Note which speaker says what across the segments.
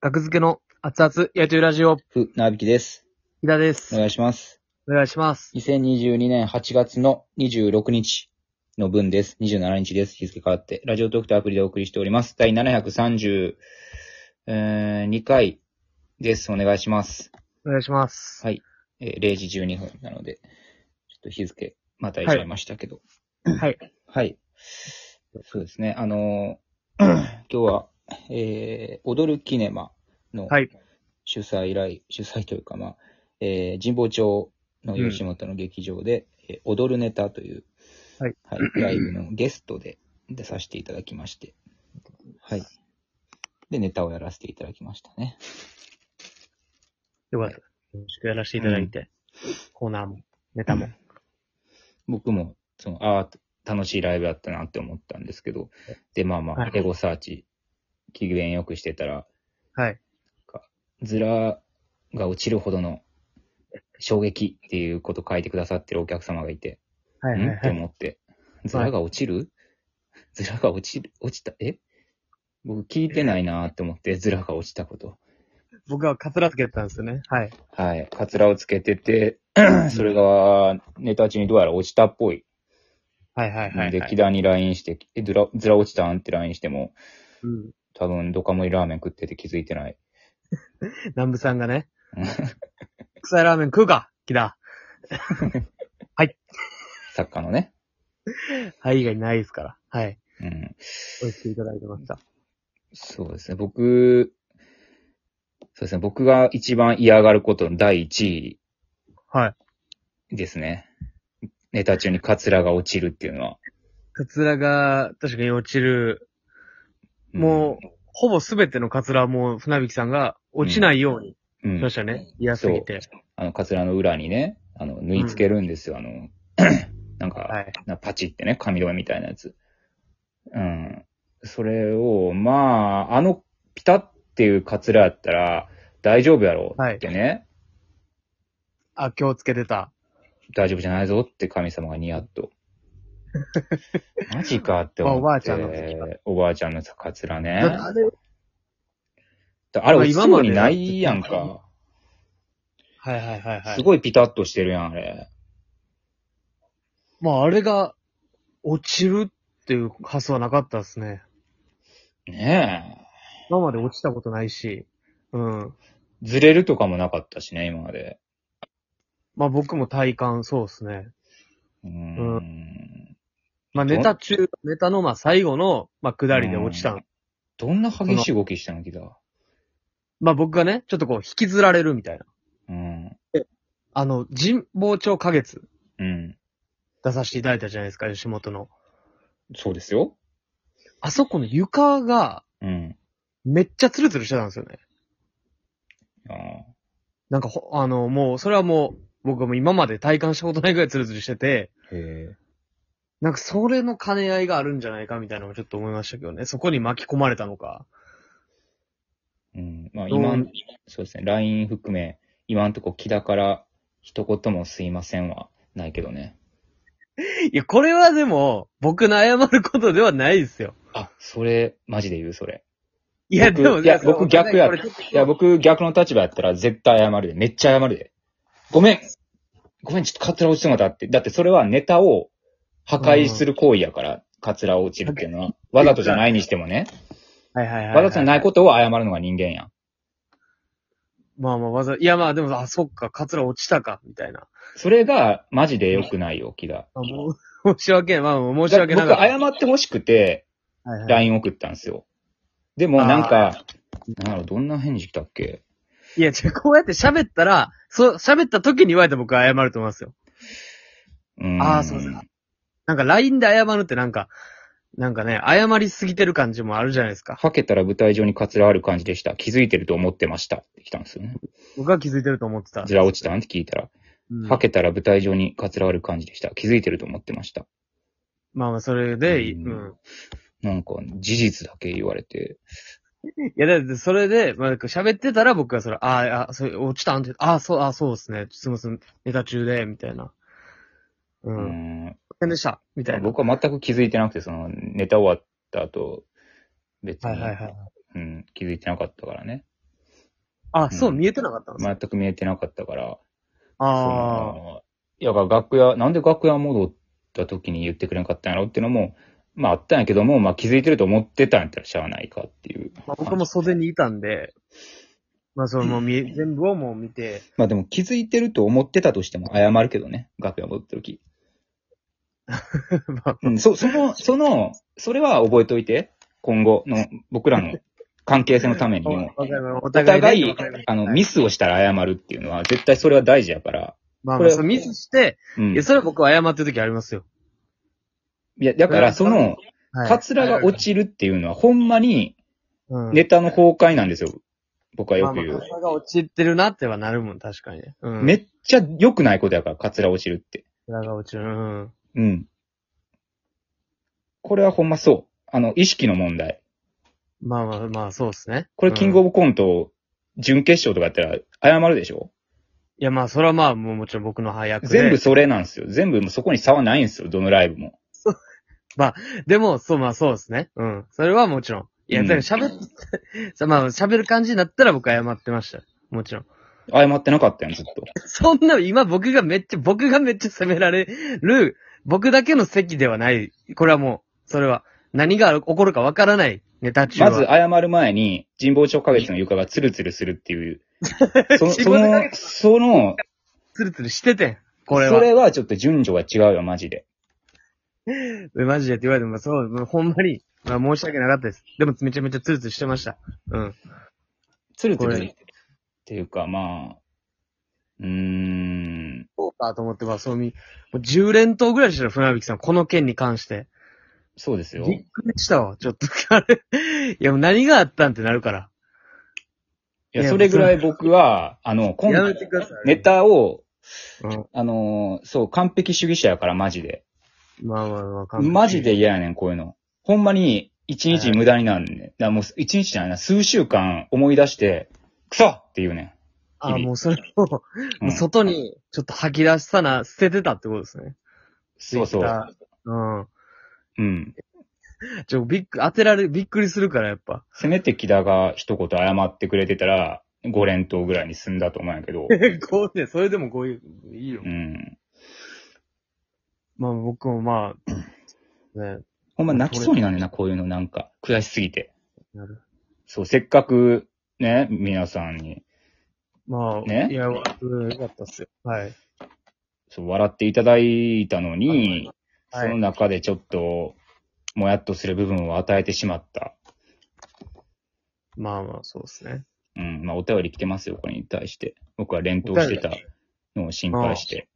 Speaker 1: 学付けの熱々野球ラジオ、
Speaker 2: ふ、なびきです。
Speaker 1: ひだで
Speaker 2: お
Speaker 1: す。
Speaker 2: 願いします。
Speaker 1: お願いします。
Speaker 2: 2022年8月の26日の分です。27日です。日付変わって、ラジオトークとアプリでお送りしております。第732回です。お願いします。
Speaker 1: お願いします。
Speaker 2: はい。えー0時12分なので、ちょっと日付またいちゃいましたけど。
Speaker 1: はい。
Speaker 2: はい。そうですね。あのー 今日は、えー、踊るキネマの、
Speaker 1: はい。
Speaker 2: 主催来、主催というか、まあ、えー神保町の吉本の劇場で、えー踊るネタという、
Speaker 1: はい
Speaker 2: ライブのゲストで出させていただきまして、はい。で、ネタをやらせていただきましたね。
Speaker 1: よかった。よろしくやらせていただいて、コーナーも、ネタも。
Speaker 2: 僕も、その、ああ、楽しいライブだったなって思ったんですけど、で、まあま
Speaker 1: は
Speaker 2: あ
Speaker 1: い、
Speaker 2: エゴサーチ、機嫌よくしてたら、
Speaker 1: はい。
Speaker 2: ズラが落ちるほどの衝撃っていうことを書いてくださってるお客様がいて、
Speaker 1: はいはい
Speaker 2: んって
Speaker 1: はい。
Speaker 2: 思って。ズラが落ちるズラが落ちる落ちたえ僕聞いてないなーって思って、ズラが落ちたこと。
Speaker 1: 僕はカツラつけてたんですよね。はい。
Speaker 2: はい。カツラをつけ てて、それがネタ中にどうやら落ちたっぽい。
Speaker 1: はいはいはい、
Speaker 2: で
Speaker 1: は、
Speaker 2: 木
Speaker 1: い。
Speaker 2: 田に LINE して、え、ズラ、ズラ落ちたんって LINE しても、
Speaker 1: うん。
Speaker 2: 多分ドカ盛りラーメン食ってて気づいてない。
Speaker 1: 南部さんがね
Speaker 2: うん、
Speaker 1: 臭いラーメン食うか木田。
Speaker 2: 作家のね。
Speaker 1: はい以外ないですから。はい。
Speaker 2: うん。
Speaker 1: お聞きいただいてました。
Speaker 2: そうですね。僕、そうですね。僕が一番嫌がることの第一位
Speaker 1: はい。
Speaker 2: ですね。ネタ中にカツラが落ちるっていうのは。
Speaker 1: カツラが、確かに落ちる、
Speaker 2: うん
Speaker 1: もう、ほぼすべてのカツラはもう、船引さんが落ちないように
Speaker 2: うん、
Speaker 1: しましたね。嫌すぎて。
Speaker 2: あの、カツラの裏にね、あの、縫い付けるんですよ。あの、 なんか、
Speaker 1: はい。
Speaker 2: なパチってね、紙留めみたいなやつ。うん。それを、まあ、あの、ピタっていうカツラやったら、大丈夫やろうってね、
Speaker 1: あ、今日つけてた。
Speaker 2: 大丈夫じゃないぞって神様がニヤッ と。マジかって思
Speaker 1: まあ
Speaker 2: って。
Speaker 1: おばあちゃんの時は
Speaker 2: おばあちゃんのカツラね。
Speaker 1: だってあれ
Speaker 2: だ
Speaker 1: ま
Speaker 2: あれ、
Speaker 1: あ
Speaker 2: 落ちそうに
Speaker 1: 今ま
Speaker 2: な
Speaker 1: で
Speaker 2: いやんか。
Speaker 1: はいはいはいはい。
Speaker 2: すごいピタッとしてるやん、あれ。
Speaker 1: まあ、あれが、落ちるっていう発想はなかったですね。
Speaker 2: ねえ。
Speaker 1: 今まで落ちたことないし、うん。
Speaker 2: ずれるとかもなかったしね、今まで。
Speaker 1: まあ僕も体感そうですね。
Speaker 2: うー。
Speaker 1: うんまあネタ中、ネタのまあ最後の、まあ下りで落ちたの。
Speaker 2: どんな激しい動きしたの、ギター。
Speaker 1: まあ僕がね、ちょっとこう引きずられるみたいな。
Speaker 2: うん。
Speaker 1: あの、人望町花月
Speaker 2: うん。
Speaker 1: 出させていただいたじゃないですか、吉本の。
Speaker 2: そうですよ。
Speaker 1: あそこの床が、
Speaker 2: うん。
Speaker 1: めっちゃツルツルしてたんですよね。
Speaker 2: あー
Speaker 1: なんかほ、あの、もう、それはもう、僕はもう今まで体感したことないぐらいツルツルしてて、
Speaker 2: へえ。
Speaker 1: なんかそれの兼ね合いがあるんじゃないかみたいなのをちょっと思いましたけどね。そこに巻き込まれたのか。
Speaker 2: うん。まあ
Speaker 1: どう
Speaker 2: 今、そうですね、LINE 含め、今んとこ木田から一言もすいませんはないけどね。
Speaker 1: いや、これはでも、僕の謝ることではないですよ。
Speaker 2: あ、それ、マジで言う、それ。
Speaker 1: いや、
Speaker 2: 僕
Speaker 1: でも、
Speaker 2: いや
Speaker 1: そう
Speaker 2: 僕逆や
Speaker 1: これちょっと
Speaker 2: いや、僕逆の立場やったら絶対謝るで。めっちゃ謝るで。ごめん。ごめん、ちょっとカツラ落ちてもらったって。だってそれはネタを破壊する行為やから、カツラ落ちるっていうのは。わざとじゃないにしてもね。
Speaker 1: はいはいはいはい。
Speaker 2: わざとじゃないことを謝るのが人間やん。
Speaker 1: まあまあ、わざ、いやまあでも、あ、そっか、カツラ落ちたか、みたいな。
Speaker 2: それがマジで良くないよ、木田。
Speaker 1: あもう、申し訳ない。まあ、申
Speaker 2: 僕
Speaker 1: し訳なかった。
Speaker 2: 謝ってほしくて、
Speaker 1: はいはい
Speaker 2: LINE 送ったんですよ。でもなんか、なんだろう、どんな返事来たっけ
Speaker 1: いや、じゃあこうやって喋ったら、そう、喋った時に言われて僕は謝ると思いますよ。
Speaker 2: うーん
Speaker 1: あーすいませんなんか LINE で謝るってなんか、なんかね、謝りすぎてる感じもあるじゃないですか。
Speaker 2: はけたら舞台上にカツラある感じでした。気づいてると思ってました。って来たんですよね。
Speaker 1: 僕は気づいてると思ってた。
Speaker 2: ズラ落ちたんって聞いたら、
Speaker 1: うん
Speaker 2: はけたら舞台上にかつらある感じでした。気づいてると思ってました。
Speaker 1: まあまあ、それで、
Speaker 2: う
Speaker 1: うんん。
Speaker 2: なんか、事実だけ言われて、
Speaker 1: いや、だって、それで、まあ、喋ってたら僕がそれ、あーあ、それ、落ちたんって、ああ、そう、あーそうですね。すみません、ネタ中で、みたいな。う。
Speaker 2: うん
Speaker 1: すい
Speaker 2: ん、
Speaker 1: ませんでした、みたいな。
Speaker 2: 僕は全く気づいてなくて、その、ネタ終わった後、別に、
Speaker 1: はいはいはい。
Speaker 2: うん、気づいてなかったからね。
Speaker 1: あ、そう、
Speaker 2: うん
Speaker 1: 見えてなかったんですか、
Speaker 2: 全く見えてなかったから。
Speaker 1: ああ。
Speaker 2: いや、楽屋、なんで楽屋戻った時に言ってくれなかったんやろっていうのも、まああったんやけども、まあ気づいてると思ってたんやったらしゃあないかっていう。
Speaker 1: まあ、僕も袖にいたんで、まあ、その、もう見え、 全部をもう見て、
Speaker 2: まあでも気づいてると思ってたとしても謝るけどね、楽屋戻った時。
Speaker 1: まあ、
Speaker 2: うん、そ、その、その、それは覚えておいて、今後の僕らの関係性のために
Speaker 1: お
Speaker 2: も。
Speaker 1: 互いの お
Speaker 2: お互
Speaker 1: 互い
Speaker 2: い
Speaker 1: ね、はい、
Speaker 2: あの、ミスをしたら謝るっていうのは、絶対それは大事やから。
Speaker 1: まあ、まあ、
Speaker 2: これ
Speaker 1: そのミスして、
Speaker 2: うん。
Speaker 1: い
Speaker 2: い
Speaker 1: や、それは僕は謝ってる時ありますよ。
Speaker 2: や、だからその、
Speaker 1: はい。
Speaker 2: カツラが落ちるっていうのは、ほんまに
Speaker 1: うん、
Speaker 2: ネタの崩壊なんですよ。僕は
Speaker 1: ま
Speaker 2: よ
Speaker 1: あ
Speaker 2: く
Speaker 1: まあ
Speaker 2: 言う
Speaker 1: カツ。ラが落ちてるなってはなるもん、確かにね。うん。
Speaker 2: めっちゃ良くないことやから、カツラ落ちるって。
Speaker 1: カツラが落ちる。うん。
Speaker 2: うん。これはほんまそう。あの、意識の問題。
Speaker 1: まあまあまあ、そうですね。
Speaker 2: これ、キングオブコント、準決勝とかやったら、謝るでしょ
Speaker 1: いや、まあ、それはまあ、もうもちろん僕の配役で。
Speaker 2: 全部それなんですよ。全部もうそこに差はないんですよ。どのライブも。
Speaker 1: でも、そう、まあ、そうですね。うん。それはもちろん。いや、
Speaker 2: うん
Speaker 1: だから喋って、 さまあ、喋る感じになったら僕謝ってました。もちろん。
Speaker 2: 謝ってなかったやん、ずっ と。
Speaker 1: そんな、今僕がめっちゃ、僕がめっちゃ責められる、僕だけの席ではない。これはもう、それは、何が起こるかわからないネタ中
Speaker 2: ま
Speaker 1: は。
Speaker 2: ず、謝る前に、人望町花月の床がツルツルするっ ていう。その、その、その、
Speaker 1: ツルツルしててん。これは。
Speaker 2: それはちょっと順序が違うよ、マジで。
Speaker 1: えマジでって言われても、そう、もうほんまに、まあ、申し訳なかったです。でも、めちゃめちゃツルツルしてました。うん。
Speaker 2: ツルツル
Speaker 1: こ
Speaker 2: っ
Speaker 1: れ
Speaker 2: ていうか、まあ、うーん。
Speaker 1: そうかと思ってます。そうみ、もう10連投ぐらいしてる、船引さん。この件に関して。
Speaker 2: そうです
Speaker 1: び
Speaker 2: よ。
Speaker 1: っくりしたわ、ちょっと。 あれ。いや、もう何があったんってなるから。
Speaker 2: いや、それぐらい僕は、あの、今
Speaker 1: や
Speaker 2: 度
Speaker 1: め、てください。
Speaker 2: ネタを、
Speaker 1: うん。
Speaker 2: あのー、そう、完璧主義者やから、マジで。
Speaker 1: まあまあまあ完璧、
Speaker 2: マジで嫌やねん、こういうの。ほんまに、一日無駄になんねん。だからもう、一日じゃないな、数週間思い出して、クソって言うねん。
Speaker 1: あ、もうそれを、も
Speaker 2: う
Speaker 1: うん外に、ちょっと吐き出したな、捨ててたってことですね。
Speaker 2: そうそ
Speaker 1: Twitter
Speaker 2: う。
Speaker 1: うん。
Speaker 2: うん。
Speaker 1: ちょ、びっく、当てられ、びっくりするから、やっぱ。
Speaker 2: せめて木田が一言謝ってくれてたら、5連投ぐらいに済んだと思うんやけ ど。
Speaker 1: こうね、それでもこういう、いいよ
Speaker 2: う。ん。
Speaker 1: まあ僕もまあ、ね、
Speaker 2: ほんま泣きそうになんねんな、こういうのなんか。悔しすぎて。
Speaker 1: なる。
Speaker 2: そう、せっかく、ね、皆さんに、
Speaker 1: まあ、
Speaker 2: ね
Speaker 1: いや、うんよかったっすよ。はい。
Speaker 2: そう、笑っていただいたのに、
Speaker 1: はい
Speaker 2: その中でちょっと、もやっとする部分を与えてしまった。
Speaker 1: まあまあ、そうですね。
Speaker 2: うん。まあ、お便り来てますよ、これに対して。僕は連投してたのを心配して。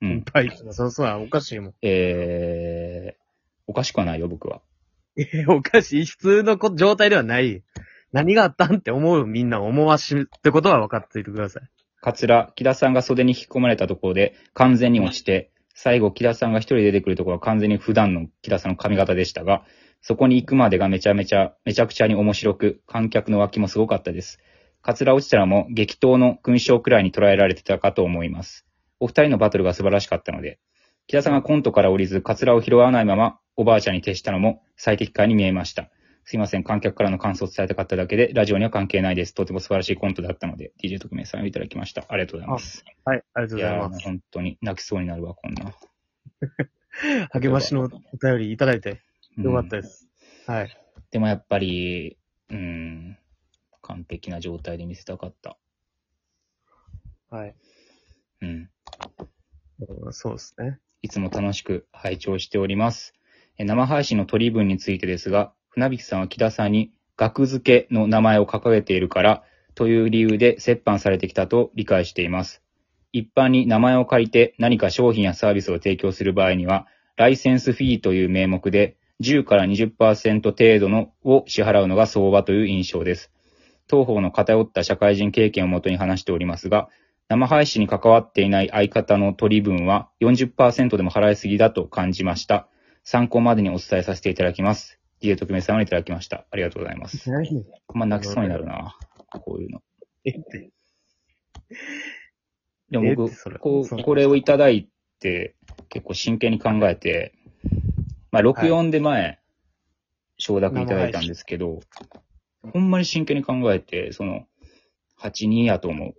Speaker 2: う
Speaker 1: いっ
Speaker 2: ん。
Speaker 1: ぱい来てます。そうそうや、おかしいもん。
Speaker 2: えー、おかしくはないよ、僕は。
Speaker 1: え、おかしい。普通のこ状態ではない。何があったんって思うみんな思わしってことは分かっていてください。
Speaker 2: カツラ、木田さんが袖に引き込まれたところで完全に落ちて、最後木田さんが一人で出てくるところは完全に普段の木田さんの髪型でしたが、そこに行くまでがめちゃめちゃ、めちゃくちゃに面白く、観客の脇もすごかったです。カツラ落ちたらも激闘の勲章くらいに捉えられてたかと思います。お二人のバトルが素晴らしかったので、木田さんがコントから降りず、カツラを拾わないまま、おばあちゃんに徹したのも最適解に見えました。すいません、観客からの感想を伝えたかっただけで、ラジオには関係ないです。とても素晴らしいコントだったので、DJ 特命さんをいただきました。ありがとうございます。
Speaker 1: はい、ありがとう
Speaker 2: い
Speaker 1: ござい
Speaker 2: やー、
Speaker 1: ま
Speaker 2: もう
Speaker 1: す。
Speaker 2: 本当に泣きそうになるわ、こんな。
Speaker 1: 励ましのお便りいただいて、
Speaker 2: うん
Speaker 1: よかったです。はい。
Speaker 2: でもやっぱり、うん、完璧な状態で見せたかった。
Speaker 1: はい。
Speaker 2: うん。
Speaker 1: うんそうですね。
Speaker 2: いつも楽しく拝聴しております。え生配信の取り分についてですが、船引さんは木田さんに、額付けの名前を掲げているから、という理由で折半されてきたと理解しています。一般に名前を借りて何か商品やサービスを提供する場合には、ライセンスフィーという名目で、10から20%程度のを支払うのが相場という印象です。当方の偏った社会人経験をもとに話しておりますが、生配信に関わっていない相方の取り分は40%でも払いすぎだと感じました。参考までにお伝えさせていただきます。DJ 特命さんをいただきました。ありがとうございます。ほんま泣きそうになるな。こういうの。
Speaker 1: えって。え
Speaker 2: でも
Speaker 1: って
Speaker 2: 僕
Speaker 1: それ、
Speaker 2: こ、
Speaker 1: そうれ
Speaker 2: これをいただいて、結構真剣に考えて、まあ、64で前、承諾いただいたんですけど、ほんまに真剣に考えて、その、 82やと思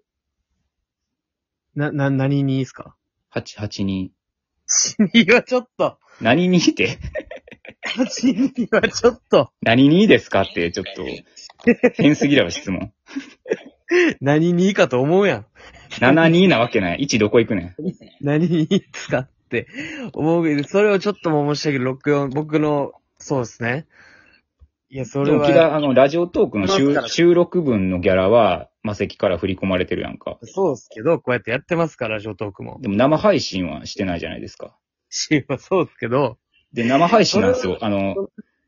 Speaker 2: う。
Speaker 1: な、な、何にです か
Speaker 2: 882。
Speaker 1: ?2 はちょっと、
Speaker 2: 何にって、
Speaker 1: 8はちょっと、
Speaker 2: 何にですかって、ちょっと、変すぎだろ、質問。
Speaker 1: 何にかと思うやん。
Speaker 2: 72なわけない。1どこ行くねん。
Speaker 1: 何に使って思うけど、それをちょっとも申し上げる64、僕の、そうですね。いや、そ
Speaker 2: で
Speaker 1: れ
Speaker 2: も、木
Speaker 1: は、
Speaker 2: 田、あの、ラジオトークの
Speaker 1: そうだ
Speaker 2: 収
Speaker 1: から
Speaker 2: 収録分のギャラは、マセキから振り込まれてるやんか。
Speaker 1: そうですけど、こうやってやってますから、ラジオトークも。
Speaker 2: でも生配信はしてないじゃないですか。
Speaker 1: しそうですけど、
Speaker 2: で、生配信なんですよ。あの、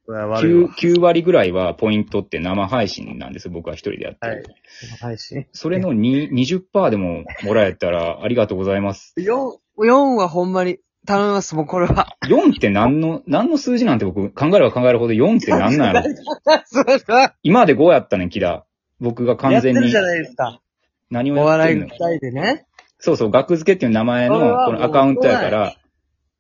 Speaker 1: これは悪いわ
Speaker 2: 9, 9割ぐらいはポイントって生配信なんですよ。僕は一人でやってる。
Speaker 1: はい配信。
Speaker 2: それの2 20%でももらえたらありがとうございます。
Speaker 1: 4、4はほんまに、頼みます、もうこれは。
Speaker 2: 4って何の、何の数字なんて僕考えれば考えるほど4って 何なんやろ
Speaker 1: それは、
Speaker 2: 今まで5やったねん、木田。僕が完
Speaker 1: やって
Speaker 2: 全
Speaker 1: る
Speaker 2: に
Speaker 1: じゃないですか。
Speaker 2: 何
Speaker 1: お
Speaker 2: をやって
Speaker 1: 笑い
Speaker 2: んの
Speaker 1: 二人でね。
Speaker 2: そうそう、学付けっていう名前の
Speaker 1: これは
Speaker 2: このアカウントやから、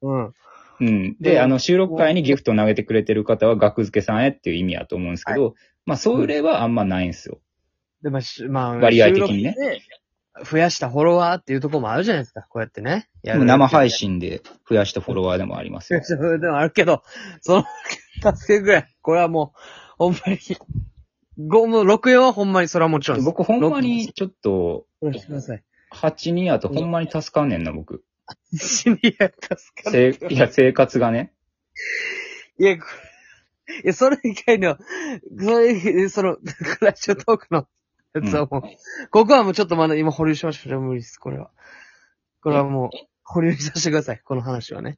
Speaker 1: うん。
Speaker 2: うん。
Speaker 1: うん
Speaker 2: で、あの、収録会にギフトを投げてくれてる方は、学付けさんへっていう意味やと思うんですけど、まあ、それはあんまないんですよ。
Speaker 1: で、まあ、しまあ、
Speaker 2: 割合的にね
Speaker 1: 収録で。増やしたフォロワーっていうところもあるじゃないですか、こうやってね。やる
Speaker 2: でも生配信で増やしたフォロワーでもありますよ。
Speaker 1: でもあるけど、その、助けぐらい。これはもう、ほんまに、5も64はほんまにそれはもちろんです。
Speaker 2: 僕、ほんまに、ちょっと、
Speaker 1: お願いしてください。
Speaker 2: 82やとほんまに助かんねんな、僕。
Speaker 1: シニア助かる。
Speaker 2: せいや、生活がね。
Speaker 1: いや、これいや、それ以外の、それ、その、ラジオトークのやつはもう、ここはもうちょっとまだ今保留しましょう。無理です、これは。これはもう、保留にさせてください、この話はね。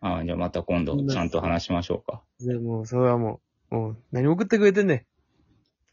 Speaker 2: ああ、じゃあまた今度、ちゃんと話しましょうか。
Speaker 1: でもう、それはもう、もう、何送ってくれてんねん。